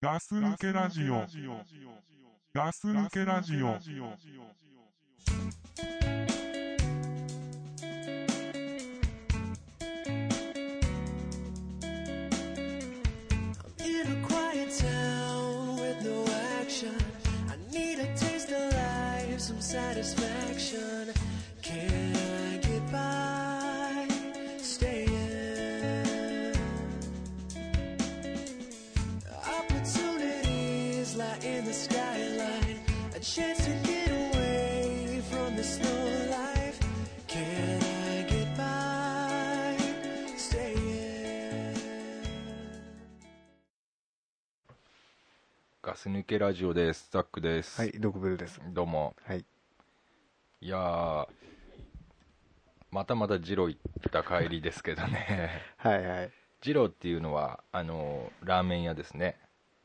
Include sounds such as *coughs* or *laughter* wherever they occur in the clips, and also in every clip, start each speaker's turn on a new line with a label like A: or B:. A: ガス抜けラジオ。ガス抜けラジオ。
B: In a quiet town with no action, I need a taste of life, some satisfaction. Can I get by staying? Opportunities lie in the skyline, a chance to get away from this slow life. Can I get by staying?
C: ガス抜けラジオです。ザックです。
D: はい、ドクベルです。
C: どうも。
D: はい。
C: いやー、またまたジロ行った帰りですけど
D: *laughs*
C: ね。
D: はいはい。
C: ジロっていうのは、あの、ラーメン屋ですね。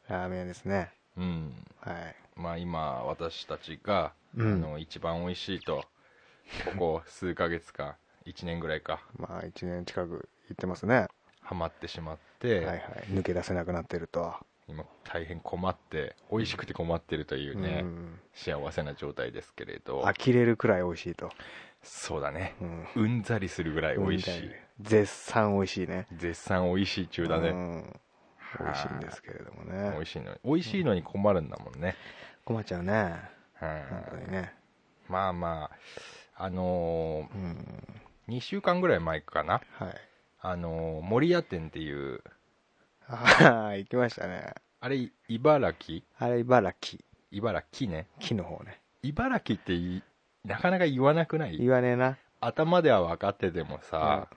D: ラーメン屋ですね。
C: うん。
D: はい。
C: まあ今、私たちが、
D: うん
C: あの、一番美味しいと、ここ数ヶ月間、1年ぐらいか、
D: まあ、一年近く行ってますね。
C: ハマってしまっ
D: は
C: て、
D: いはい。抜け出せなくなってると。
C: 今大変困って、美味しくて困ってるというね、
D: うん。
C: 幸せな状態ですけれど、
D: 呆れるくらい美味しいと。
C: そうだね
D: う。ん。
C: うんざりするぐらい美味し
D: うんみ
C: い
D: た。絶賛美味しいね。
C: 絶賛美味しい中だ
D: う
C: ね、
D: ん。美味しいんですけれどもね。
C: 美味しいのに美味しいのに困るんだもんね、
D: 困っちゃうね。
C: はい
D: 本当にね。
C: まあまああの
D: うん。
C: ー、2週間ぐらい前かな
D: はい。
C: あのー、森屋店っていう
D: ああ、行きましたね。
C: あれ茨城
D: あれ、茨城。
C: 茨城ね
D: 木の方ね。
C: 茨城っていなかなか言わなくない
D: 言わねえな。
C: 頭では分かっててもさ、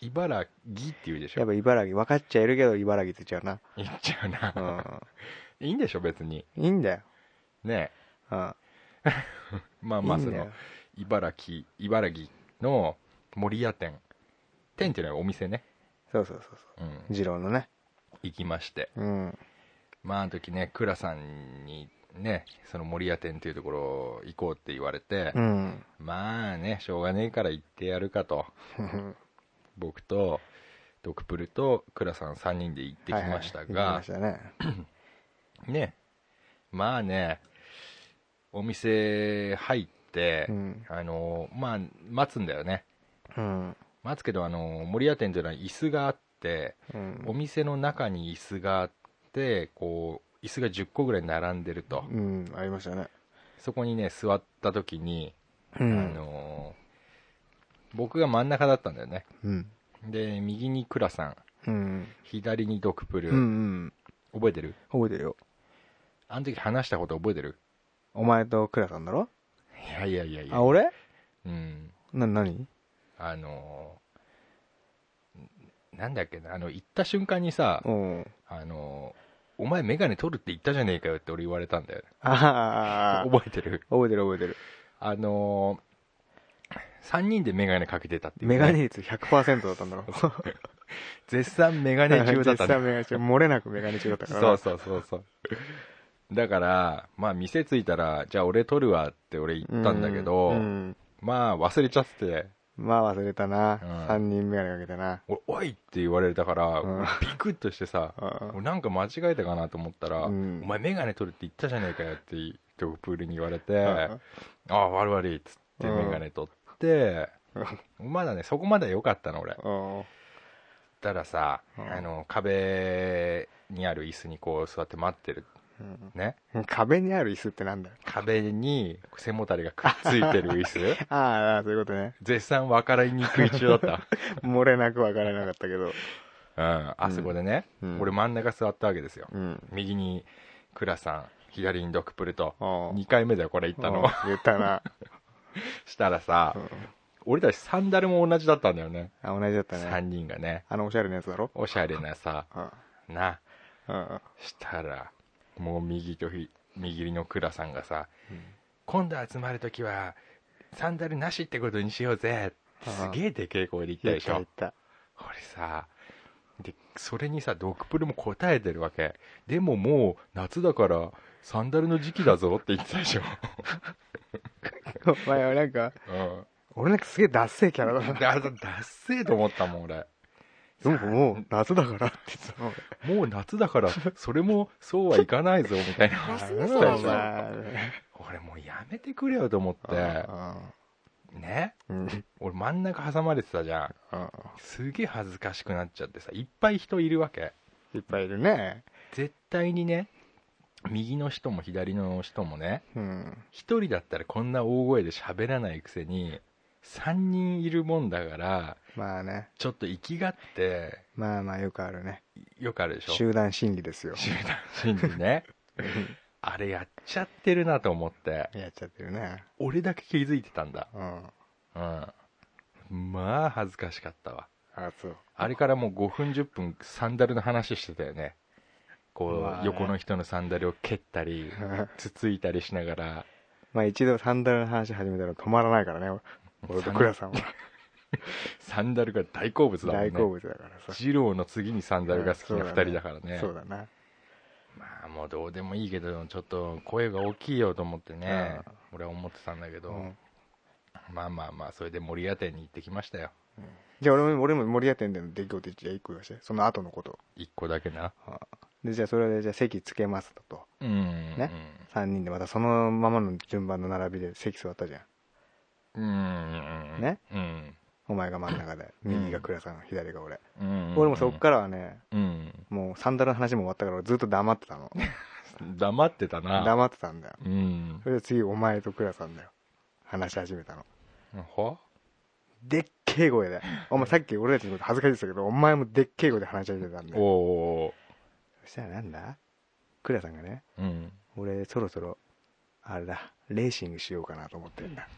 C: 茨城って言うでし
D: やっ
C: ょ
D: ぱ茨城、分かっちゃいるけど、茨城って言っちゃ
C: 言っちゃうな、
D: う
C: *laughs*
D: な。
C: いいんでしょ別に
D: うん。いいんだよ。
C: ね
D: うん。
C: まあまあ
D: いい
C: そ
D: んだよ
C: の茨城茨城の森屋店店っていうのはお店ね、
D: そうそうそうそう。
C: うん、
D: 二郎のね。
C: 行きまして
D: うん。
C: まああの時ね倉さんにねその森屋店っていうところ行こうって言われて、
D: うん。
C: まあねしょうがねえから行ってやるかと僕とドクプルと倉さん3人 *laughs* で行ってきましたが、
D: はいはい行きましたね。
C: ねまあねお店入って、
D: うん。
C: あのまあ待つんだよね
D: うん。
C: 待つけどあの森屋店というのは椅子があって
D: うん
C: お店の中に椅子があってこう椅子が10個ぐらい並んでると、
D: うん、ありましたね。
C: そこにね、座った時に、
D: う
C: あ
D: ん。
C: のー僕が真ん中だったんだよね。
D: うん。
C: で、右に倉さん、
D: うん。
C: 左にドクプル、
D: うんうん。
C: 覚えてる
D: 覚えてるよ。
C: あの時話したこと覚えてる
D: お前と倉さんだろ
C: いやいやいやいや。
D: あ、俺
C: うん。
D: な、何
C: あのーんなんだっけな、あの、行った瞬間にさ
D: う、ん。
C: あのーお前メガネ取るって言ったじゃねえかよって俺言われたんだよね。
D: ああ、
C: 覚えてる
D: 覚えてる覚えてる。
C: あの3人でメガネかけてたっていうね、
D: メガネ率100%だったん
C: *laughs*
D: だろ。
C: 絶賛メガネ *laughs* 中だったんだ
D: 実際メガネ中。漏れなくメガネ中だったから
C: そう
D: な。
C: そうそうそうだからまあ店着いたらじゃあ俺取るわって俺言ったんだけど、
D: うんうん
C: まあ忘れちゃって
D: まあ忘れたな
C: うん。
D: 三人メガネかけてな。
C: 俺おいって言われたから、
D: うん
C: ビクッとしてさ
D: うん
C: 俺なんか間違えたかなと思ったら、
D: うん
C: お前メガネ取るって言ったじゃねえかよってドクプールに言われて、
D: うん
C: ああ悪い悪いっつってメガネ取って、まだねそこまでは良かったの俺
D: うん。
C: たらさ、
D: うん
C: あの壁にある椅子にこう座って待ってるね
D: うん壁にある椅子ってなんだよ。
C: 壁に背もたれがくっついてる椅子
D: *laughs* ああ、そういうことね。
C: 絶賛分かりにくい中だった、
D: 漏れなく分からなかったけど。
C: う
D: *laughs*
C: ん、あそこでね、
D: うん
C: 俺真ん中座ったわけですよ、
D: うん。
C: 右に倉さん左にドクプルと
D: あ
C: 2回目だよこれ言ったの
D: 言った
C: *laughs*
D: な。
C: したらさ、
D: うん
C: 俺たちサンダルも同じだったんだよね
D: あ、同じだった
C: 3
D: ね。
C: 人がね
D: あの、おしゃれなやつだろ
C: おしゃれなさ
D: うん。
C: な
D: うん。
C: したらもう右とひ右の倉さんがさ、今度集まる時はサンダルなしってことにしようぜってすげえでけえ声で言った
D: 言
C: で
D: っ
C: しょ
D: た言った。
C: これさでそれにさドクプルも答えてるわけでももう夏だからサンダルの時期だぞって言ってたでしょ、
D: お前はなんか、
C: うん、
D: 俺なんかすげえダッセーキャラだな。
C: だだっせえと思ったもん俺
D: でももう夏だからって言ってたの
C: もう夏だからそれもそうはいかないぞみたいな話
D: 俺。
C: したでしょ俺もうやめてくれよと思っ
D: お前
C: て
D: あ
C: ね
D: あうん
C: 俺真ん中挟まれてたじゃん
D: ああ
C: すげえ恥ずかしくなっちゃってさいっぱい人いるわけ
D: いっぱいいるね。
C: 絶対にね右の人も左の人もね
D: うん。
C: 一人だったらこんな大声で喋らないくせに3人いるもんだから
D: まあね。
C: ちょっと生きがって
D: まあまあよくあるね。
C: よくあるでしょ
D: 集団心理ですよ。
C: 集団心理
D: *laughs*
C: ねあれやっちゃってるなと思って
D: やっちゃってるね。
C: 俺だけ気づいてたんだ
D: うん。
C: うんまあ恥ずかしかったわ
D: あ、そう。
C: あれからもう5分10分サンダルの話してたよね
D: う
C: こ
D: わー
C: う横の人のサンダルを蹴ったりつついたりしながら
D: *laughs* まあ一度サンダルの話始めたら止まらないからね。俺と倉さんは
C: サンダルが大好物だもんね
D: 大好物だからさ。
C: 二郎の次にサンダルが好きな2人だからね
D: そうだな。
C: まあもうどうでもいいけどちょっと声が大きいよと思ってね
D: う
C: 俺は思ってたんだけど、
D: うん
C: まあまあまあそれで森屋店に行ってきましたよ
D: じゃあ俺も、俺も森屋店での出来事じゃあ一個言わして。その後のこと。
C: 1個だけな
D: で、じゃあそれでじゃあ席つけますとと。
C: うん、
D: ね3人でまたそのままの順番の並びで席座ったじゃん。
C: うんうん
D: ね
C: うん
D: お前が真ん中で。右が倉さん、左が俺。
C: うん
D: 俺もそっからはね、
C: うん
D: もうサンダルの話も終わったから俺ずっと黙ってたの。
C: 黙ってたな
D: 黙ってたんだよ。
C: うん
D: それで次お前と倉さんだよ。話し始めたの。
C: ほ
D: でっけえ声で。お前さっき俺たちのこと恥ずかしいですけど、お前もでっけえ声で話し始めたんだよ。
C: お
D: そしたらなんだ倉さんがね、
C: ーうん
D: 俺そろそろ、あれだ、レーシングしようかなと思ってんだ。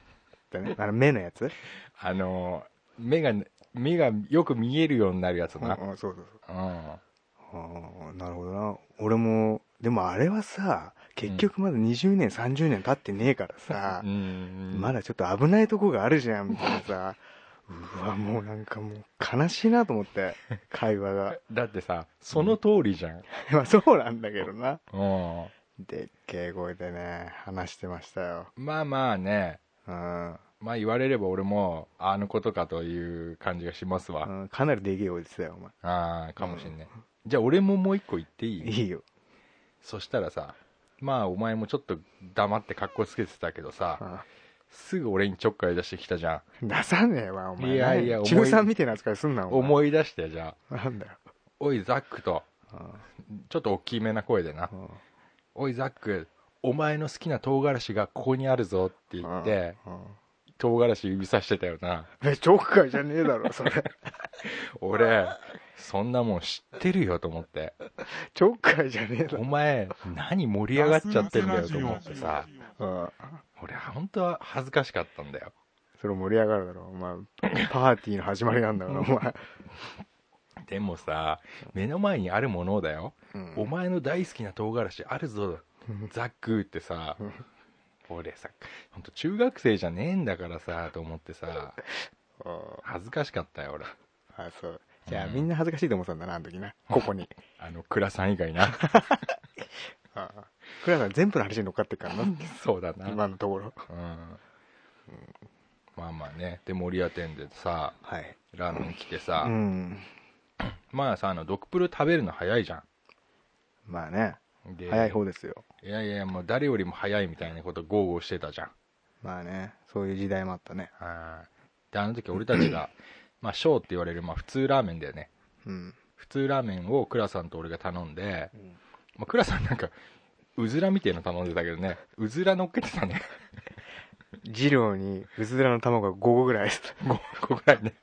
D: で
C: *laughs*
D: ね、あの目のやつ
C: あの目が目がよく見えるようになるやつ
D: うん
C: な
D: うんそうそうそう。
C: うん
D: あーなるほどな。俺も、でもあれはさ、結局まだ20年、30年経ってねえからさ、
C: うん
D: まだちょっと危ないとこがあるじゃん、みたいなさ。うわ、もうなんかもう悲しいなと思って、会話が。 *laughs*
C: だってさその通りじゃん
D: まあそうなんだけどな。
C: うん
D: でっけえ声でね、話してましたよ。
C: まあまあね
D: うん。
C: まあ言われれば俺もあのことかという感じがしますわ、
D: うんかなりでけえ声でしたよ、お
C: ああかもしんね、じゃあ俺ももう一個言ってい
D: 前。
C: い
D: いいよ。
C: そしたらさまあお前もちょっと黙って格好つけてたけどさ、すぐ俺にちょっかい出してきたじゃん
D: うん出さねえわ、お前。
C: いやいや
D: 何
C: 思い
D: 中3みたいな扱いすんな、お前。
C: 思い出してじゃあ
D: なんだよ。
C: おいザックと
D: う
C: ちょっと大きめな声でなん
D: うん
C: おいザックお前の好きな唐辛子がここにあるぞって言って
D: うんうん
C: 唐辛子指さしてたよな
D: え、ちょっかいじゃねえだろ、それ。
C: 俺そんなもん知ってるよと思って
D: ちょっかいじゃねえだ
C: お
D: ろ。
C: 前何盛り上がっちゃってんだよと思ってさ
D: うん。
C: 俺本当は恥ずかしかったんだよ
D: それ盛り上がるだろ、お前。パーティーの始まりなんだから、お前。
C: でもさ目の前にあるものだよ、
D: うん
C: お前の大好きな唐辛子あるぞ
D: うん
C: ザックってさ俺さ本当中学生じゃねえんだからさと思ってさ
D: あ
C: 恥ずかしかったよ俺
D: あ、そう。じゃあ、
C: うん
D: みんな恥ずかしいと思ってたんだな、あの時な。ここに。
C: あの倉さん以外な *laughs*
D: ああ。倉さん全部の話に乗っかってっからな。
C: そうだな、
D: 今のところ。
C: うんまあまあねで森屋店でさ
D: はい。
C: ラーメン来てさ、
D: うん。
C: まあさあのドクプル食べるの早いじゃ
D: まあね。
C: んで
D: 早い方ですよ。
C: いやいやもう誰よりも早いみたいなこと豪語してたじゃん
D: まあね。そういう時代もあったね。
C: あであの時俺たち
D: *clears throat*
C: がまあショーって言われる、まあ、普通ラーメンだよね
D: うん。
C: 普通ラーメンを倉さんと俺が頼んで、まあ、倉さんなんかうずらみてえの頼んでたけどねうずら乗っけてたね *laughs*
D: 二郎に、うずらの卵が5個ぐらい。
C: 5個ぐらいね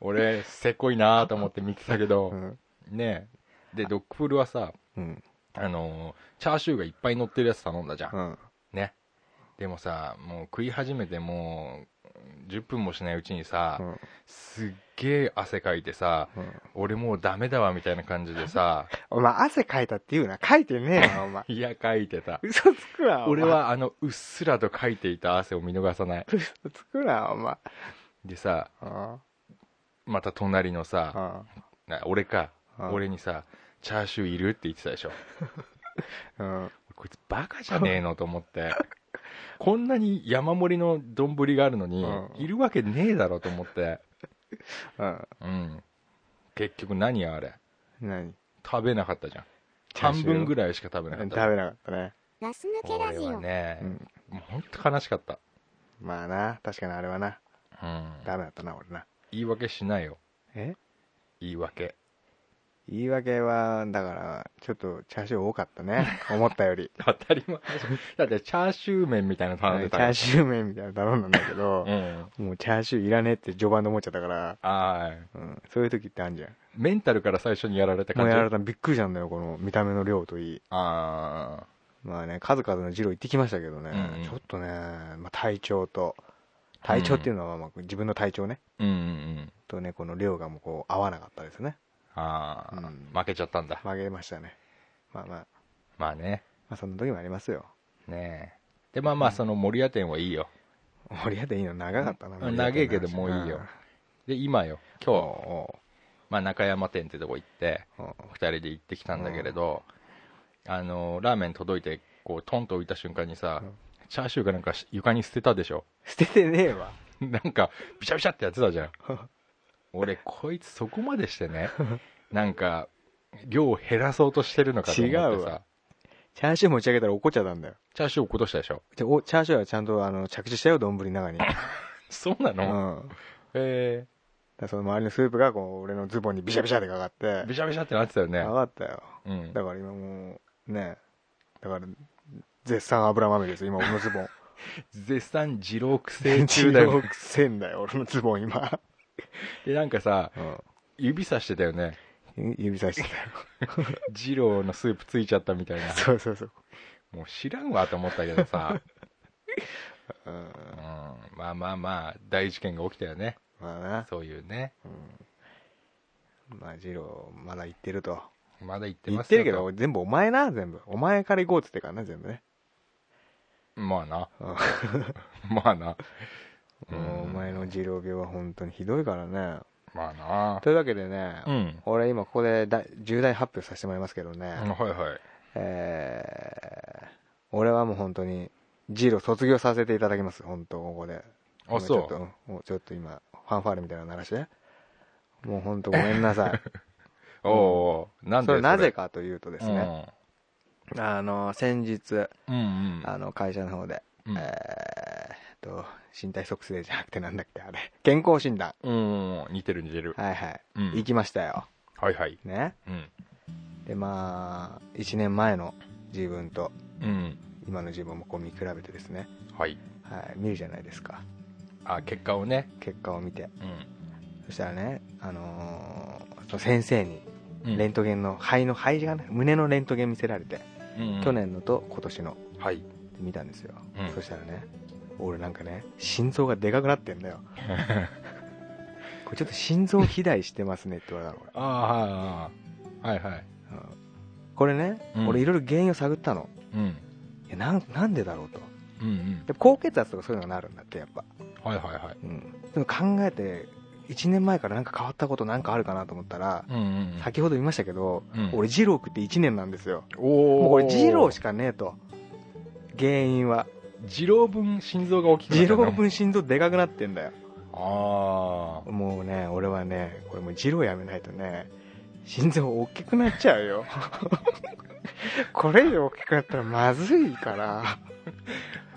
C: 俺せこいなと思って見てたけど、
D: うん。
C: ねえでドッグフルはさ
D: うん。
C: あのーチャーシューがいっぱい乗ってるやつ頼んだじゃん、
D: うん。
C: ねでもさもう食い始めてもう10分もしないうちにさ、
D: うん
C: すっげえ汗かいてさ、
D: うん
C: 俺もうダメだわみたいな感じでさ。
D: お前、汗かいたって言うな。 *laughs* かいてねえわ、 *laughs* お前
C: いやかいてた
D: 嘘つくな、お前
C: 俺。はあのうっすらとかいていた汗を見逃さない
D: 嘘つくな、お前。あ
C: でさ
D: あ。
C: また隣のさ
D: あ
C: な俺か
D: あ
C: 俺にさチャーシューいるって言ってたでしょ
D: あ。うん。
C: こいつバカじゃねえのと思って
D: *laughs*
C: こんなに山盛りの丼があるのに
D: うん
C: いるわけねえだろと思って
D: うん。
C: うん結局何あれ
D: 何
C: 食べなかったじゃん
D: チャーシ
C: 半
D: ュー
C: 分ぐらいしか食べなかっ
D: 食べ
C: た
D: なかったね。
E: ガス抜け
C: こ
E: ラ
C: れ
E: ジ
C: は
E: オ。
C: ね、
D: うん。
C: もう本当悲しかった、
D: まあな、確かにあれはな、
C: うん、
D: ダメだったな、俺な。
C: 言い訳しないよ
D: え
C: 言い訳
D: 言い訳は、だから、ちょっとチャーシュー多かったね。思ったよ *laughs* り。
C: 当たり前でしょだってチャーシュー麺みたいなの
D: チ
C: 頼んでた
D: ャーシュー麺みたいなの頼んだんだけど、
C: ューうん
D: もうチャーシューいらねえって序盤で思っちゃったから、
C: あー
D: うん、そういう時ってあんじゃん。
C: メンタルから最初にやられた
D: も
C: 感
D: う
C: じ
D: やられたびっくりしたんだよ、この見た目の量といい。
C: ああ
D: まあね、数々のジロー行ってきましたけどね、
C: うんうん
D: ちょっとね、まあ、体調と、体調っていうのは、まあ、自分の体調ね、
C: うんうんうん
D: とね、この量がもうこう合わなかったですね。
C: ああ、
D: うん
C: 負けちゃったんだ
D: 曲げましたね。まあまあ、ま
C: まあね
D: あそんな時もありますよ。
C: ねえでまあまあその森屋店はいいよ
D: 森屋でいいの長かったな、
C: うん
D: 森屋店の話
C: 長えけどもういいよ
D: ん
C: で今よ
D: おう
C: 今日、まあ、中山店ってとこ行って
D: おうおう
C: 2人で行ってきたんだけれど、あのラーメン届いてこうトンと置いた瞬間にさ、
D: うん
C: チャーシューがなんかし床に捨てたでしょ *laughs*
D: 捨ててねえわ。
C: なんかビシャビシャってやってたじゃん *laughs* 俺こいつそこまでして
D: *laughs*
C: ねなんか量を減らそうとしてるのかと思って
D: 違う
C: さ
D: わチャーシュー持ち上げたら怒っちゃったんだよ。
C: チャーシュー落っことしたでしょ
D: でおチャーシューはちゃんとあの着地したよ、丼の中に。
C: そうな
D: う
C: の、
D: ん。
C: え
D: だからその周りのスープがこう俺のズボンにビシャビシャってかかって
C: ー、ビシャビシャってなってたよね
D: かかったよ
C: うん
D: だから今もうねだから絶賛油まみれです今俺のズ
C: *laughs*
D: ボン
C: 絶賛二郎苦
D: 電
C: 戦中
D: 柱
C: だ
D: だ
C: よ
D: よくせえんだよ俺のズボン今、
C: でなんかさ指さしてたよ
D: *laughs*
C: ね
D: ゆ指さしてたよ
C: 二郎のスープついちゃったみたいな
D: そうそうそう、
C: もう知らんわと思ったけどさ、
D: *laughs* うん、
C: うん、まあまあまあ大事件が起きたよね
D: まあな
C: そういうね
D: まあ二郎まだ言ってると
C: まだ言って
D: 言
C: ま
D: っ
C: す
D: て
C: よ
D: るけど全部お前な全部お前から行こうっつってからな全部ね、
C: とまあな
D: うん
C: *laughs* まあな
D: もうお前の二郎病は本当にひどいからね
C: まあな
D: というわけでね、
C: うん
D: 俺今ここでだ重大発表させてもらいますけどね、
C: うんはいはい
D: えー俺はもう本当にジロ卒業させていただきます本当ここで
C: あ
D: 今ちょっと
C: そ
D: んもうちょっと今ファンファーレみたいなの鳴らしてもう本当ごめん
C: *laughs*
D: なさい
C: うおおうなんで
D: それなぜ
C: か
D: かというとですね、あの先日
C: うんうん
D: あの会社の方で、
C: うん
D: えーっと身体測定じゃなくてなんだっけあれ健康診断
C: うんうん似てる似てる
D: はいはい、
C: うん
D: 行きましたよ
C: はいはい
D: ね
C: うん
D: でまあ1年前の自分と
C: うん
D: 今の自分もこう見比べてですね、
C: はい
D: はい、見るじゃないですか
C: あ結果をね
D: 結果を見て
C: うん
D: そしたらね、あのーその先生に
C: うん
D: レントゲンの肺の肺がね胸のレントゲン見せられて、
C: うんうん
D: 去年のと今年の
C: はい
D: 見たんですよ、
C: うん
D: そしたらね俺なんかね心臓がでかくなってん
C: *laughs*
D: だよこれちょっと心臓肥大してますねって言われたの
C: ああはいはいはい
D: 俺、うんこれね、
C: うん
D: 俺いろいろ原因を探ったの
C: うん
D: いやなんなんでだろうと
C: うんうん
D: で高血圧とかそういうのがなるんだってやっぱ、
C: はいはいはい
D: うんでも考えて1年前からなんか変わったことなんかあるかなと思ったら、
C: うんうん
D: 先ほど言いましたけど、
C: うん
D: 俺二郎食って1年なんですよ
C: おお
D: もうこれ二郎しかねえと原因は
C: 二郎分心臓が大きくな
D: 二
C: ったの
D: 郎分心臓でかくなってんだよ
C: ああ
D: もうね俺はねこれもう二郎やめないとね心臓大きくなっちゃう
C: *laughs*
D: よこれ以上大きくなったらまずいから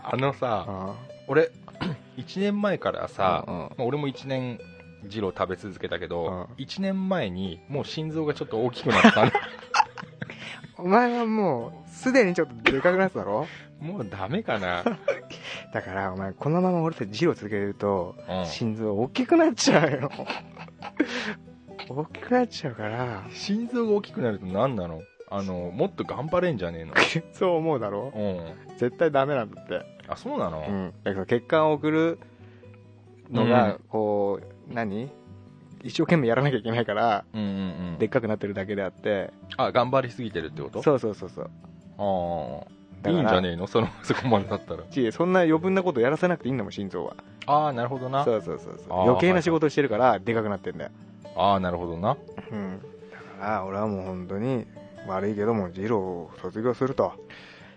C: あのさ
D: あ
C: 俺 *clears throat* 1年前からさ、
D: うんうん
C: まあ俺も1年二郎食べ続けたけど、
D: うん
C: 一1年前にもう心臓がちょっと大きくなったの *laughs*
D: お前はもうすでにちょっとでかくなっただろ
C: もうダメかな、
D: だからお前このまま俺たち二郎続けると
C: うん
D: 心臓大きくなっちゃうよ大きくなっちゃうから
C: 心臓が大きくなると何なのあのもっと頑張れんじゃねえの
D: そう思うだろ
C: うん
D: 絶対ダメなんだって、
C: あそうなの、
D: うん、だから血管を送るのが
C: う
D: こう、何一生懸命やらなきゃいけないから
C: うん、うんうん
D: でっかくなってるだけであって
C: あ頑張りすぎてるってこと
D: そうそうそうそう
C: ああ
D: だ
C: いいんじゃ
D: ね
C: ねえのそのそこまでだったら
D: えそんな余分なことやらせなくていいんだもん心臓は
C: ああなるほどな
D: そうそうそうそう
C: あー
D: 余計な仕事をしてるからでかくなってんだよ、
C: ああなるほどな
D: うん、だから俺はもう本当に悪いけどもジローを卒業すると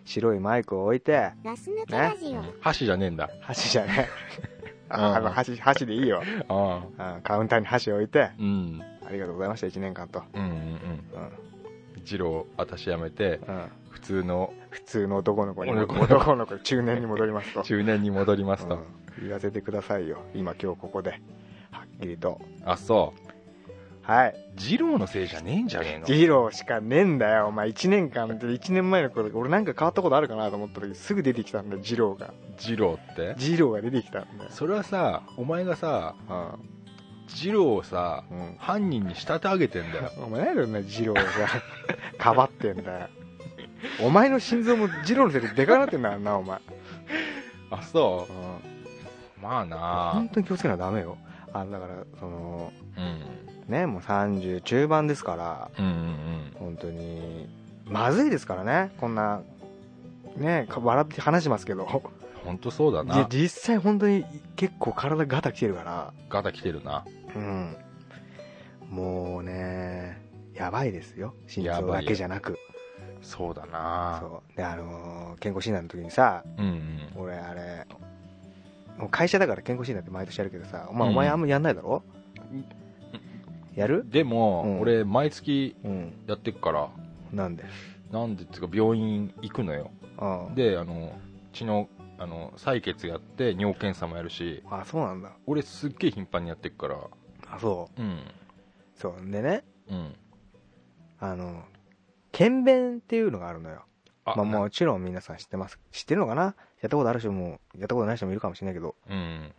D: 白いマイクを置いて
E: ガス抜けラジオ。
C: *laughs* 箸じゃねえんだ
D: 箸じゃねああの
C: うん
D: 箸箸でいいよ、
C: あ
D: うん、カウンターに箸置いて
C: うん
D: ありがとうございました1年間と、
C: うんうんうん
D: う
C: 二郎私やめて
D: んうん、
C: 普通の
D: 普通の男の子に
C: 男の子
D: 男の子中年に戻ります
C: *laughs*
D: と、
C: 中年に戻ります
D: う
C: と、
D: ん言わせてくださいよ今今日ここではっきりと
C: あそう
D: はい
C: 二郎のせいじゃねえんじゃねえの
D: ジローしかねえんだよお前1年間で1年前の頃俺なんか変わったことあるかなと思った時すぐ出てきたんだよジローが
C: 二郎って
D: ジローが出てきたんだよ
C: それはさお前がさ
D: う
C: 二郎をさ
D: ん、うん
C: 犯人に仕立て上げてんだよ
D: お前なんでそんなジローが *laughs* かばってんだよお前の心臓もジローのせいででかくなってんだからなお前、
C: あそ
D: うん、
C: うまあな
D: 本当に気をつけなダメよあだからその
C: うん
D: ねもう30中盤ですから
C: うんうん
D: 本当にまずいですからねこんなねか笑って話しますけど
C: 本当そうだ
D: いや
C: な
D: 実際本当に結構体ガタきてるから
C: ガタ来てるな
D: うんもうねやばいですよ心
C: や
D: 臓
C: ばいよ
D: だけじゃなく
C: そうだな
D: そうであのー健康診断の時にさ
C: うんうん
D: 俺あれもう会社だから健康診断って毎年やるけどさお前,、
C: うん
D: お前あんまやんないだろやる
C: でも、
D: うん
C: 俺毎月
D: うん
C: やってっから
D: なんで
C: なんでっつうか病院行くのよ
D: うん
C: であの血のあの採血やって尿検査もやるし
D: あそうなんだ
C: 俺すっげえ頻繁にやってっから
D: あそう
C: うん
D: そうでね
C: うん
D: あの検便っていうのがあるのよ
C: あ
D: まあ、もちろん皆さん知ってます知ってるのかなやったことある人もやったことない人もいるかもしれないけど
C: うん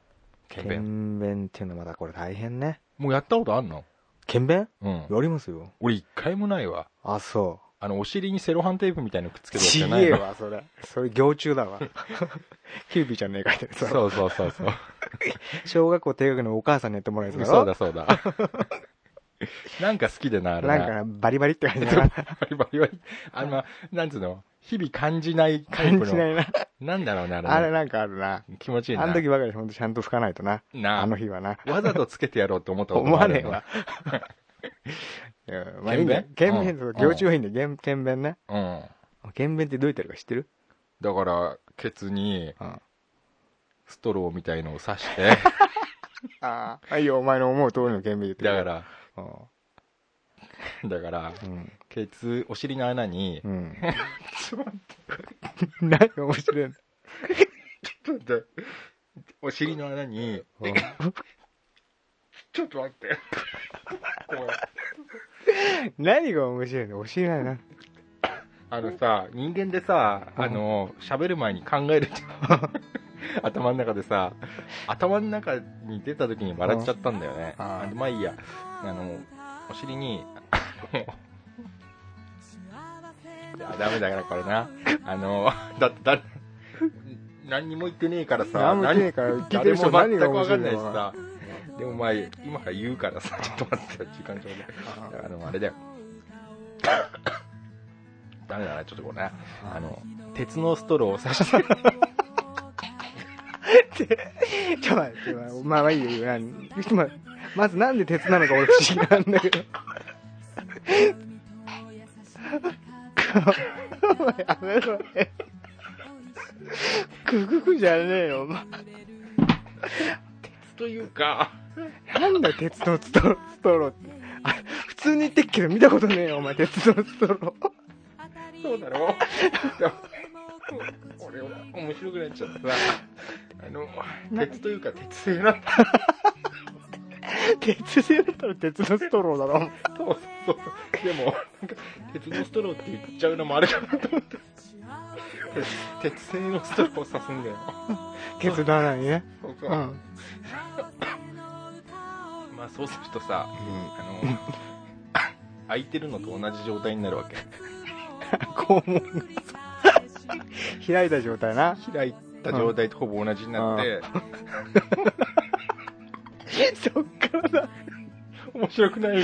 C: 検便
D: 検便っていうのはまたこれ大変ね
C: もうやったことあんの
D: 検便
C: うん
D: やりますよ
C: 俺一回もないわ
D: あそ
C: あのお尻にセロハンテープみたいなのくっつ
D: う
C: けるやつじ
D: ち
C: ゃない
D: げえ
C: の
D: わそれそれ行中だわキューピーちゃんの絵描いてるさ
C: そうそうそう
D: *laughs*
C: そう
D: 小学校低学年のお母さんにやってもらえるやつ
C: そうだ
D: ろ
C: そうだ *laughs* なんか好きでなあれ
D: なんかなバリバリって感じな
C: バリバリバリあのなんつうの日々感じないタイプ
D: 感
C: の
D: じないな
C: なんだろうねあれね
D: あれなんかあるな
C: 気持ちいいな
D: あの時ばかりほんとちゃんと拭かないとな
C: な
D: あの日はな
C: わざとつけてやろうと思ったこと
D: 思
C: もあ
D: わ
C: る
D: ねえ
C: よ
D: わ
C: *laughs*
D: いやまあいいんだよ
C: 検便
D: 検便
C: う
D: と
C: ん
D: か行中品で検検便ね
C: うん
D: 検便ってどうやってやるか知ってる
C: だからケツに
D: うん
C: ストローみたいのを刺して
D: *laughs* ああ、いいよ、お前の思う通りの顕微言ってく
C: だ
D: れ
C: から
D: う
C: だから
D: ん。
C: ケツお尻の穴に *laughs*
D: うん。何が面白いの
C: お尻の穴にちょっと待
D: *laughs*
C: って
D: 何が面白いの教えないな。
C: あのさ人間でさあの喋る前に考える
D: *laughs*
C: じゃん頭の中でさ頭の中に出た時に笑っちゃったんだよね
D: うん
C: あまあいいやあのお尻にあダメだからこれなあのだってだ何にも言ってねえからさ
D: 何も言ってねえから
C: 何
D: 聞いてる人
C: 誰も
D: 何
C: 全
D: が
C: く
D: 面
C: 分か
D: 白い
C: ん
D: の
C: ないしさでもまあ今から言うからさちょっと待ってよ時間ちょうだいあのあれだよ *coughs* ダメだなちょっとこれねあの鉄のストローを刺して
D: ちょ、待って、まあまあまあいいよいいよ、何今、まずなんで鉄なのか俺不思議 *laughs* なんだけど。お前やめろね。くぐくじゃねえよ、お前。
C: というか
D: なんだよ鉄のストローストローってあ普通に言ってっけど見たことねえよお前鉄のストロー
C: *laughs* そうだろでも俺は面白くなっちゃったなあの鉄というか鉄製なんだ
D: 鉄製だったら *laughs* 鉄のストローだろお
C: そ
D: 前
C: うそうそうでもなんか鉄のストローって言っちゃうのもあれかなと思って鉄製のストローを刺すんだよ
D: 鉄なのにね、
C: そうそううん
D: うん、
C: まあそうするとさあの空いてるのと同じ状態になるわけ
D: 肛門がさ開いた状態な *laughs*
C: 開いた状態とほぼ同じになって、
D: そっからだ
C: *laughs* 面白くない *laughs*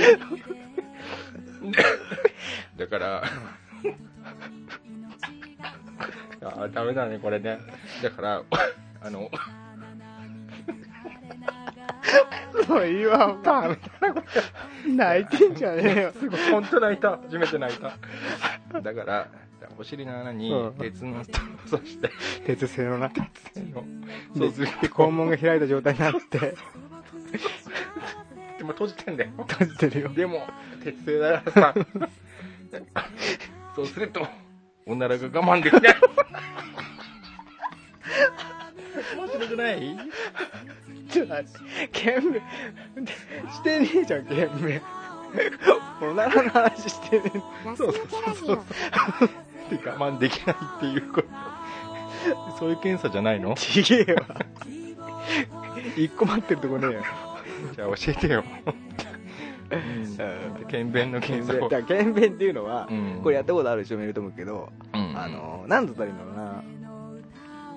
C: だから *laughs* あダメだねこれねだから *laughs* あの
D: もういいわお前泣いてんじゃねえよ
C: すごい本当泣いた初めて泣いただからったお尻の穴に
D: うん
C: 鉄の糸を刺して、 *laughs*
D: 鉄製のな
C: そ
D: で
C: うする
D: で肛門が開いた状態になって
C: でも閉じてんだよ
D: 閉じてるよ
C: でも鉄製だから
D: *laughs*
C: さそうするとおならが我慢できない面白くない
D: ちょっと待って懸命してねえじゃん懸命おならの話してねえ
C: そうそうそうそうで我慢できないっていうことそういう検査じゃないの
D: ちげえわ一個待ってるとこねえよ
C: じゃあ教えてよ、うん、検便の検
D: 検
C: 査
D: 便
C: を
D: だから検便っていうのは、
C: うん
D: これやったことある人もいると思うけど、
C: うん
D: あの何だったらいいんだろうな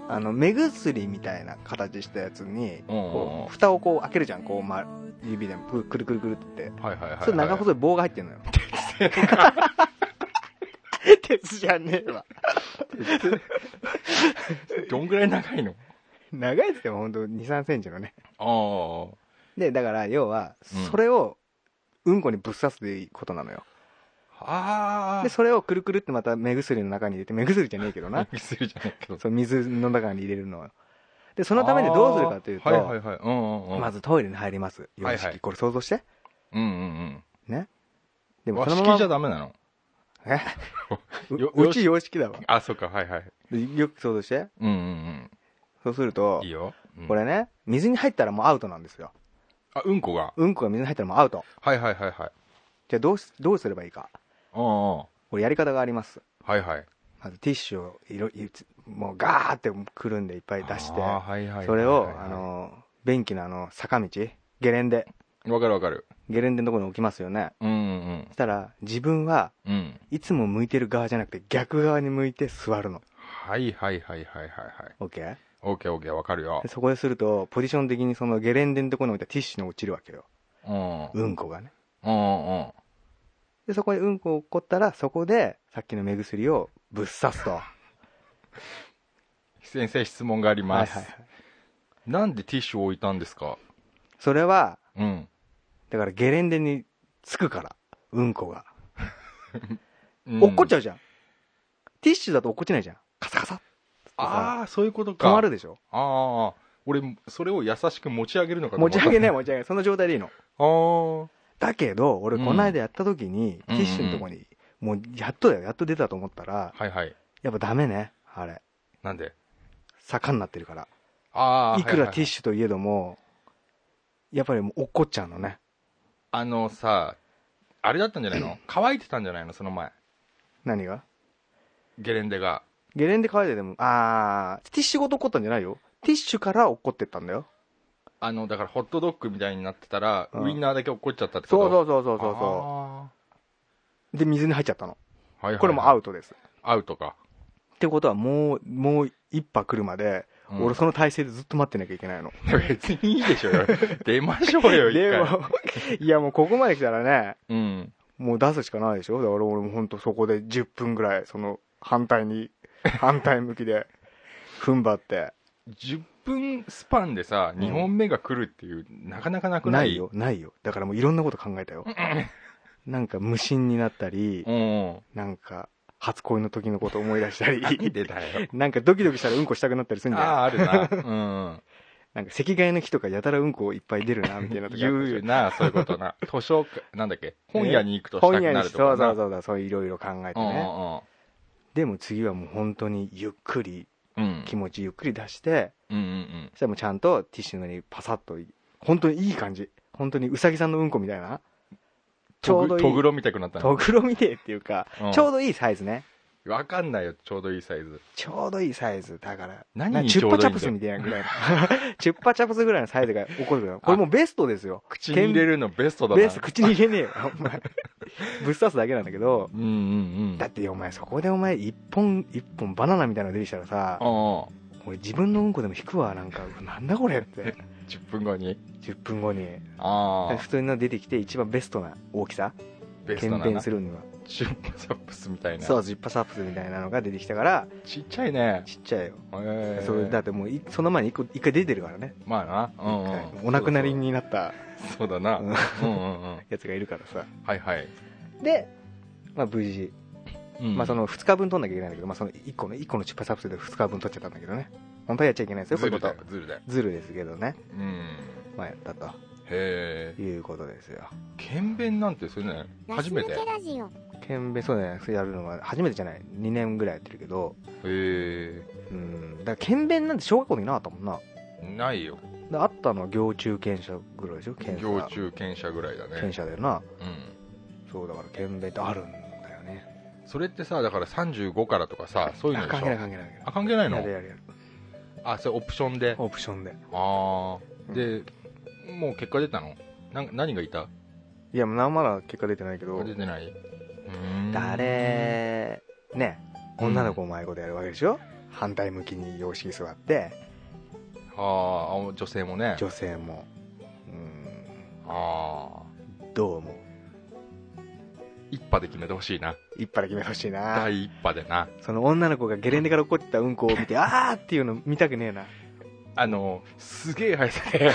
D: あの目薬みたいな形したやつにこ
C: うん
D: う蓋をこう開けるじゃんこう、ま、指でくくるくるくるって
C: はいはいはい、はい、
D: それ長細い棒が入っ
C: *laughs*
D: てんのよ鉄じゃねえわ
C: どんぐらい長いの
D: 長いっつっても本当2 3センチのね
C: ああ
D: でだから要は
C: うん
D: それをうんこにぶっ刺すということなのよ、
C: あ
D: でそれをくるくるってまた目薬の中に入れて目薬じゃねえけどな
C: あするじゃないけど
D: そう水の中に入れるのはでそのためにどうするかというと、
C: あーはいはいはいうんうんうん
D: まずトイレに入ります洋
C: はい
D: 式、
C: はい
D: これ想像して
C: うんうん
D: で
C: うん
D: も
C: 和
D: その
C: 式
D: ま
C: じ
D: ま
C: ゃダメなの
D: え
C: *laughs* よ
D: ううち洋式だわ
C: あそうかはいはい
D: でよく想像して
C: うんうん
D: そうする
C: う
D: と
C: んいいよ、うん
D: これね水に入ったらもうアウトなんですよ
C: あうんこが
D: うんこが水に入ったらもうアウト
C: はいはいはいはい
D: じゃあどうしどうすればいいか
C: うんうん
D: これやり方があります
C: はいはい
D: まずティッシュをいろいもうガーってくるんでいっぱい出して
C: あーはいはいはいはいはい
D: それをあの便器のあの坂道ゲレンデ
C: わかるわかる
D: ゲレンデのところに置きますよね
C: うんうん
D: そしたら自分は
C: うんうん
D: いつも向いてる側じゃなくて逆側に向いて座るの。
C: はいはいはいはいはいはい
D: OK?
C: オッケーオッケーわかるよ
D: でそこですると、ポジション的にそのゲレンデのところに置いたティッシュの落ちるわけよ。
C: うんうん
D: うんこがね。
C: うんうん
D: で、そこにうんこを起こったら、そこでさっきの目薬をぶっ刺すと。は
C: 先生質問があり
D: いはい
C: ます、
D: はい。
C: なんでティッシュを置いたんですか
D: それは、
C: うん
D: だからゲレンデにつくから、うんこが。
C: うん
D: 落っこっちゃうじゃん。ティッシュだと落っこちないじゃん。カサカサ。
C: ああそういうことか
D: 止まるでしょ。
C: ああ俺それを優しく持ち上げるのかと思
D: 持
C: った
D: ち上げない持ち上げない。その状態でいいの。
C: あー
D: だけど、俺この間やった時に、
C: うん
D: ティッシュのとこに、もうやっとだよ、やっと出たと思ったら、
C: はいはい
D: やっぱダメね、あれ。
C: なんで
D: 坂になってるから。
C: ああ
D: いくらティッ
C: シュ
D: シュといえども、やっぱりもう落っこっちゃうのね。
C: あのさあれだったんじゃない
D: *clears throat*
C: の乾いてたんじゃないのその前
D: 何が
C: ゲレンデが
D: ゲレンデ乾いてても、あー、ティッシュごと落っこったんじゃないよ。ティッシュから落っこってったんだよ。
C: あのだからホットドッグみたいになってたら、
D: うん
C: ウインナーだけ落っこっちゃったってこと
D: そうそううそうそうそうそ
C: は
D: う。で、水に入っちゃったの。
C: いはいはい
D: これもアウトです。
C: アウトか、
D: ってことはもう、もう一波来るまで、
C: うん
D: 俺その体勢でずっと待ってなきゃいけないの。
C: 別にいいでしょよ出ましょう
D: *laughs*
C: よ一
D: で
C: 回
D: も、いやもう *laughs* ここまで来たらね、
C: うん
D: もう出すしかないでしょだから俺も本当そこで10分ぐらい、その反対 *laughs* に、反対向きで、踏ん張って。
C: 10分スパンでさ
D: ん
C: 2本目が来るっていう、なかなかなくな
D: ないいよ、ないよ。だからもういろんなこと考えたよ。なんか無心になったり
C: う、ん
D: なんか初恋の時のこと思い出したり、
C: *laughs* なんでだよ
D: なんかドキドキしたらうんこしたくなったりする
C: あ
D: んだよ。
C: ああるな
D: なんか赤外の木とかやたらうんこいっぱい出るな、み *laughs* たいな
C: うん
D: 時あ
C: 言
D: る
C: う
D: でしょ
C: よなそういうことな図書館なんだっけ本屋に行くとした
D: 本
C: く
D: 屋
C: な
D: に
C: る
D: し
C: と
D: そ
C: か
D: うそう
C: う
D: そうそうそういろいろ考えて
C: うんうん
D: ねでも次はもう本当にゆっくり
C: うんうん
D: 気持ちゆっくり出して
C: うんうん
D: そしたらもうちゃんとティッシュのにパサッと本当にいい感じ本当にうさぎさんのうんこみたいなちょうどいい
C: トグロみたくなった
D: と
C: の
D: ぐろみてえっていうか、
C: うん
D: ちょうどいいサイズね
C: わかんないよちょうどいいサイズ
D: ちょうどいいサイズだから
C: 何
D: な
C: に
D: チ
C: ち
D: ュ
C: ょ
D: ッ
C: う
D: パ
C: ど
D: チ
C: いいんだ
D: ャプスみたいなぐらいの *laughs* チュッパチャプスぐらいのサイズが起こるからこれもうベストですよ
C: 口に入れるのベストだな
D: ベスト口に入れねえよお前ぶっ刺すだけなんだけど
C: うんうんうん
D: だってお前そこでお前一本一本バナナみたいなの出てきたらさ
C: うん
D: 俺自分のうんこでも引くわなんかうわなんだこれって
C: 10分後に
D: 10分後に
C: ああ
D: 普通の出てきて一番ベストな大きさ
C: ベスト
D: 検
C: な
D: 便
C: な
D: するには
C: チュッパチャプスみたいな
D: そうジッパサップスみたいなのが出てきたから
C: ちっちゃいね
D: ちっちゃいよ、
C: へえ
D: それだってもういその前に一個一回出てるからね、
C: まあなうん
D: 一
C: う
D: 回
C: ん
D: お亡くなりになった
C: そうだな
D: う
C: うんんうんうん
D: やつがいるからさ
C: はいはい
D: で、まあ、無事
C: うんうん
D: まあその2日分取んなきゃいけないんだけど、まあその1個の、一個のチュッパサプセで2日分取っちゃったんだけどね。本当はやっちゃいけないです
C: ず
D: よ、こういう
C: る
D: こ
C: だ
D: と
C: よ。ずるだよ
D: ズルですけどね。
C: うん
D: まあやったと
C: へえ
D: いうことですよ。
C: 剣弁なんてそれね初めてへ
E: ラス抜けラジオ。
D: 剣弁、そうだね、それやるのは初めてじゃない。2年ぐらいやってるけど、
C: え
D: うん。だから剣弁なんて小学校にいなかったもんな。
C: ないよ
D: であったのは行中検者ぐらいでしょ検
C: 行
D: 査。
C: 中剣者ぐらいだね
D: 検査だよな。
C: うん
D: そうだから剣弁ってあるんだよね。
C: それってさだから35からとかさそういう
D: あ
C: ので
D: 関
C: し
D: 係ない
C: ょ
D: 関係ない関係ない。
C: あ関係ない
D: やる
C: の
D: やるやる。
C: あそれオプションで
D: オプションで。
C: ああでもう結果出たのなん何がいた
D: いや、まあまだ結果出てないけど
C: 出、てないうーん
D: 誰、ね、
C: うん
D: 女の子を迷子でやるわけでしょ反対向きに洋式座って、
C: ああ女性もね
D: 女性も。う
C: ああ
D: ん、どうも。
C: 一派で決めてほしいな
D: 一杯で決めてほしいな。
C: 第一派でな
D: その女の子がゲレンデから落っこちたうんこを
C: *laughs*
D: 見て、あーっていうの見たくねえな。
C: あのすげえ速さ
D: *laughs*
C: で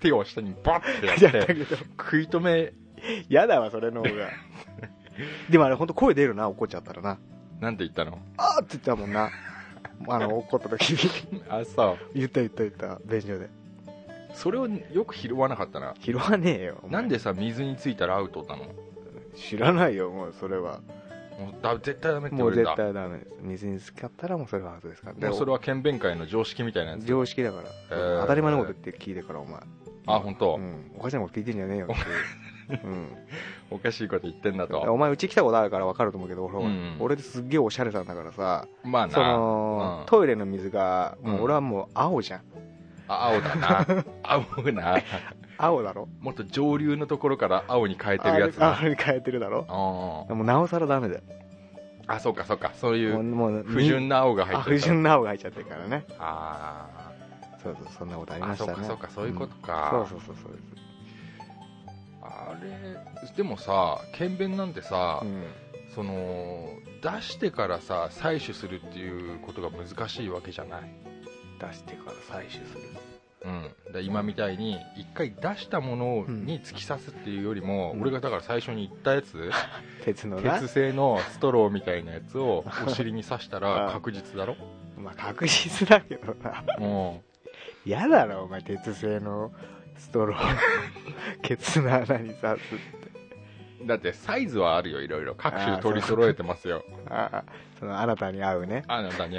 C: 手を下にバッてやっ
D: やった
C: て
D: けど。
C: 食い止め
D: *laughs* やだわ、それの
C: *laughs*
D: 方が。でもあれ、ほんと声出るな、怒っちゃったらな。
C: なんて言ったの
D: あーって言ったもんな。あの、怒った時
C: *laughs*
D: に。
C: あさ
D: 言った言った言った、便所で。
C: それをよく拾わなかったな
D: 拾わねえよ。お前
C: なんでさ水についたらアウトなのも
D: 知らないよ、もうそれは。
C: うだ絶対ダメって言
D: も
C: わ
D: う
C: れ
D: 絶
C: たも
D: 対ダメです水に浸かったらもうそれはアウトですから
C: うそれは県弁会の常識みたいなやつ
D: 常識だから、
C: ー
D: 当たり前のこと言って聞いてからお前
C: あ本当、
D: うんおかしなこと聞いてんじゃねえよっていう、
C: おかしいこと言ってんだ
D: うん、お
C: と
D: 前うち来たことあるから分かると思うけど俺,、
C: うん
D: 俺すっげえおしゃれさんだからさ
C: まあな
D: その、
C: うん
D: トイレの水がも
C: う
D: うん俺はもう青じゃん
C: あ青だ
D: *laughs*
C: な青な
D: 青だろ
C: もっと上流のところから青に変えてるやつ
D: あ
C: な
D: あれ変えてるだろ
C: あ
D: もうなおさらダメだよ
C: あそうかそうかそうい
D: もう
C: う
D: もう
C: 不純な青が入
D: あ
C: ってる
D: 不純な青が入っちゃってるからね
C: あー
D: そうそうそんなことあり
C: あ
D: まし
C: そう
D: たね
C: かそうかそういうこと
D: うん
C: か、
D: そうそうそうそうです
C: あれでもさ検便なんてさ、
D: うん
C: その出してからさ採取するっていうことが難しいわけじゃない、
D: 出してから採取する
C: うん、だ今みたいに一回出したもの
D: うん
C: に突き刺すっていうよりも、
D: うん
C: 俺がだから最初に言ったやつ、
D: 鉄のな
C: *laughs* 鉄製のストローみたいなやつをお尻に刺したら
D: あ
C: 確実だろ、
D: まあ確実だけどな *laughs*
C: うん、
D: 嫌だろお前鉄製のストロー *laughs* ケツの穴に刺す
C: だってサイズはあるよいろいろ各種取り揃えてますよ
D: ああそのあなたに合うね
C: あなたに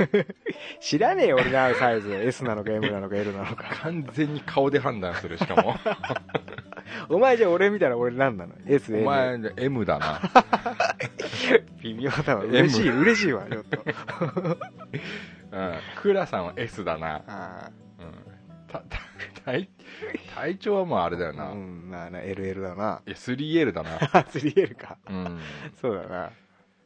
D: 知らねえよ俺に合うサイズ S なのか M なのか L なのか
C: 完全に顔で判断するし *laughs* かも
D: お前じゃあ俺見たら俺何なの
C: お
D: ?SL
C: 前 M だな
D: 微妙だわ嬉しい
C: M
D: 嬉しいわちょっ *laughs* と
C: うんクラさんは S だな、
D: あ
C: うん、たた体 *laughs* 体調はもうあれだよ
D: あ
C: な、
D: う
C: い
D: んまあな LL だな
C: や 3L だな、
D: あ 3L か
C: うん、
D: そうだな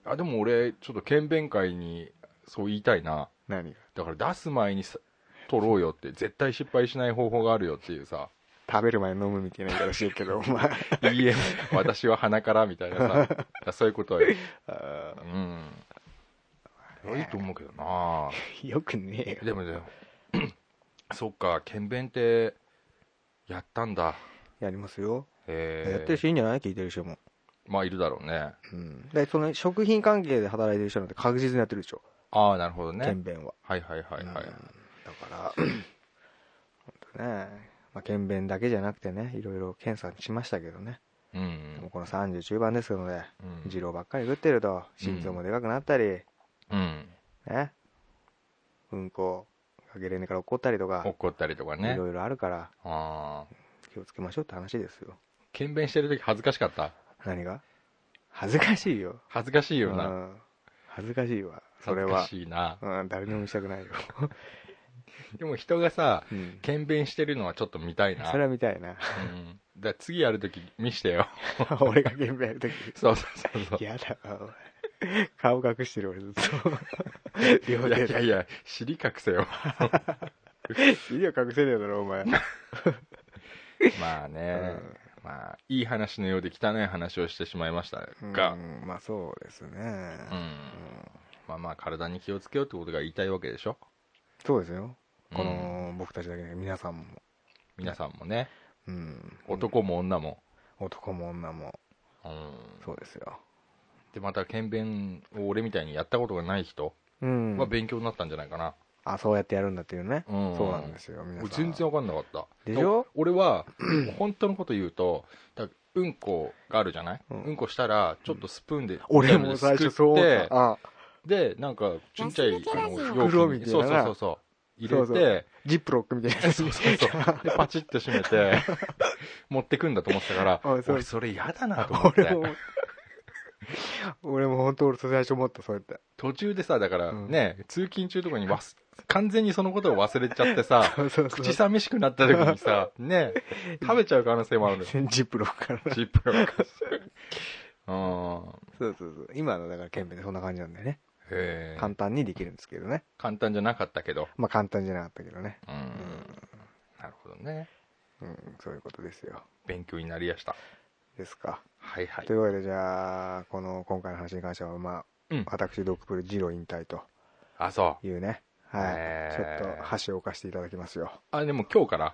C: あでも俺ちょっと県弁会にそう言いたいな
D: 何が
C: だから出す前にさ取ろうよって絶対失敗しない方法があるよっていうさ
D: 食べる前に飲むみたいな言い方してるけどお前
C: いい
D: *laughs*
C: え私は鼻からみたいなさだからそういうことよ
D: あ
C: うんいいと思うけどな
D: あよくねえよ
C: でも
D: *laughs*
C: ねそっか県弁ってやったんだ
D: やりますよ
C: へえ
D: やってる人いいんじゃない聞いてる人も
C: まあいるだろうね
D: うん、でその食品関係で働いてる人なんて確実にやってるでしょ、
C: ああなるほどね
D: 検便は、
C: はいはいはいはい、
D: うん
C: *clears throat*
D: だから本当ね、まあ、検便だけじゃなくてねいろいろ検査しましたけどね、
C: うん
D: でもこの30中盤ですので
C: うん
D: 二郎ばっかり食ってると心臓もでかくなったり、
C: うん、
D: ねうんこかけれねから怒ったりとか、
C: 怒ったりとか
D: い
C: ね
D: ろいろあるから
C: ああ
D: 気をつけましょうって話ですよ
C: 検便してる時恥ずかしかった
D: 何が恥ずかしいよ
C: 恥ずかしいよ
D: う
C: なん
D: 恥ずかしいわそ
C: 恥
D: れ
C: ずか
D: は、
C: しいな
D: うん、誰にも見せたく
C: *laughs*
D: ないよ、
C: でも人がさ
D: うん
C: 検便してるのはちょっと見たいな
D: *laughs* それは見たいな
C: うん、だから次やる時見してよ
D: *laughs* 俺が現場やるとき
C: そうそうそうそう
D: やだわお前顔隠してる俺ずっと両
C: いやい
D: 手
C: や
D: で
C: いや尻隠せよ
D: 意味を隠せねえだろお前
C: まあね、
D: うん
C: まあいい話のようで汚い話をしてしまいましたが、
D: うんまあそうですね
C: うんまあまあ体に気をつけようってことが言いたいわけでしょ
D: そうですよ
C: うん
D: この僕たちだけで皆さんも
C: 皆さんもね
D: うん
C: 男も女も、
D: 男も女も
C: うん、
D: そうですよ
C: で、また、検便を俺みたいにやったことがない人
D: うん
C: は勉強になったんじゃないかな。
D: あそうやってやるんだっていうね、
C: うん
D: そうなんですよ皆さ
C: 俺
D: ん
C: 全然わかんなかった。
D: でしょ
C: と俺は、 *clears throat* 本当のこと言うと、だうんこがあるじゃない、う、
D: うんん
C: こしたら、ちょっとスプーンで、
D: 俺も最初そう思っ
C: で
D: た、あ
C: で、なんか、ちっちゃい、あの、
D: 袋
C: 容器
D: み
C: に、
D: たい
C: そう
D: な
C: そうそうそう、入れて、
D: そうそうジップロックみたい
C: *laughs*
D: なやつ
C: そうそうそう。で、パチッと閉め
D: *laughs*
C: て、持ってくんだと思ってたから、
D: あそう
C: 俺それ嫌だなと思っ
D: 俺
C: て
D: も。 *laughs* 俺も本当俺最初思ったそうやって
C: 途中でさ、だから
D: うん
C: ね、通勤中とかに忘完全にそのことを忘れちゃってさ、
D: *laughs* そうそうそう
C: 口寂しくなった時にさ、ね、食べちゃう可能性もあるのよ。
D: ジップロックから *laughs* ね
C: ジップロック。うん。
D: そうそうそう今のだから検便でそんな感じなんだよね
C: へえ。
D: 簡単にできるんですけどね
C: 簡単じゃなかったけど。
D: まあ簡単じゃなかったけどね
C: うん。なるほどね。
D: うんそういうことですよ
C: 勉強になりやした。
D: ですか
C: はいはい
D: とい。うわけでじゃあこの今回の話に関してはまあ、
C: うん
D: 私ドッグプルジロ引退と
C: あ、そう。
D: いうねはい、
C: へー
D: ちょっと箸を置かせていただきますよ
C: あ、でも今日から。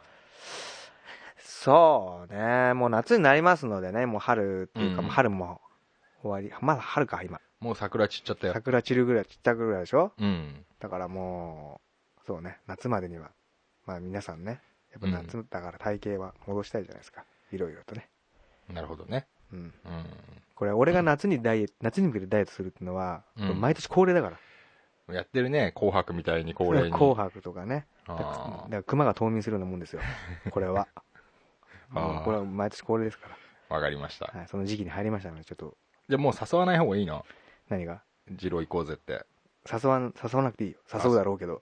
D: そうねもう夏になりますのでねもう春っていうか、
C: うん
D: もう春も終わりまだ春か今
C: もう桜散っちゃったよ。
D: 桜散るぐらい散ったぐらいでしょ
C: うん。
D: だからもうそうね夏までにはまあ皆さんねやっぱ夏だから体型は戻したいじゃないですか、いろいろとね
C: なるほどね。
D: うん
C: うん。
D: これ俺が夏にダイエット夏に向けてダイエットするっていうのは、
C: うん
D: 毎年恒例だから
C: やってるね、紅白みたいに恒例に。
D: *laughs* 紅白とかねだからだ
C: あ
D: から熊が冬眠するようなもんで
C: *laughs*
D: すよこれは
C: あー
D: もうこれは毎年恒例ですか
C: ーわかりました。
D: ら、はい、その時期に入りましたのでちょっと
C: じゃあもう誘わない方がいいの
D: 何が
C: 二郎行こうぜって。
D: 誘わん誘わなくていいよ誘うだろう
C: *laughs*
D: けど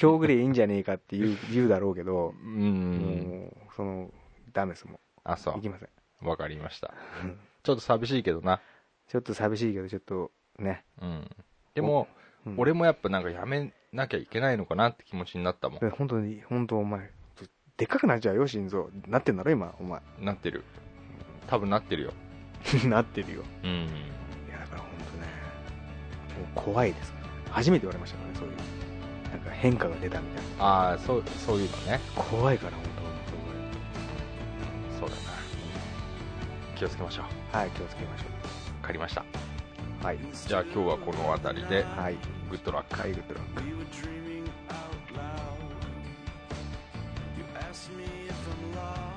D: 今日ぐらいいいんじゃねえかって言う言うだろうけど
C: う、ん。
D: もうそのダメですも
C: あ、そ
D: んいきません
C: う。わかりました。ちょっと寂しいけどな。
D: ちょっと寂しいけどちょっとね、
C: うん。でも、
D: うん
C: 俺もやっぱなんかやめなきゃいけないのかなって気持ちになったも
D: で本当に本当お前でっかくなっちゃうよ心臓なってんだろ今お前 *laughs*
C: ん。なってる。多分なってるよ。
D: なってるよ
C: うん。
D: いやだから本当ねもう怖いです初めて言われましたからねそういうなんか変化が出たみたい
C: ああ、そう、そういうのね。
D: な怖いから本
C: そうだな。気をつけましょう。
D: 当はい気をつけましょ
C: わかりました。
D: うはい
C: じゃあ今日はこの辺りで、
D: はい
C: グッドラック。
D: はいグッドラック
B: We were dreaming out loud. You asked me if I'm lost.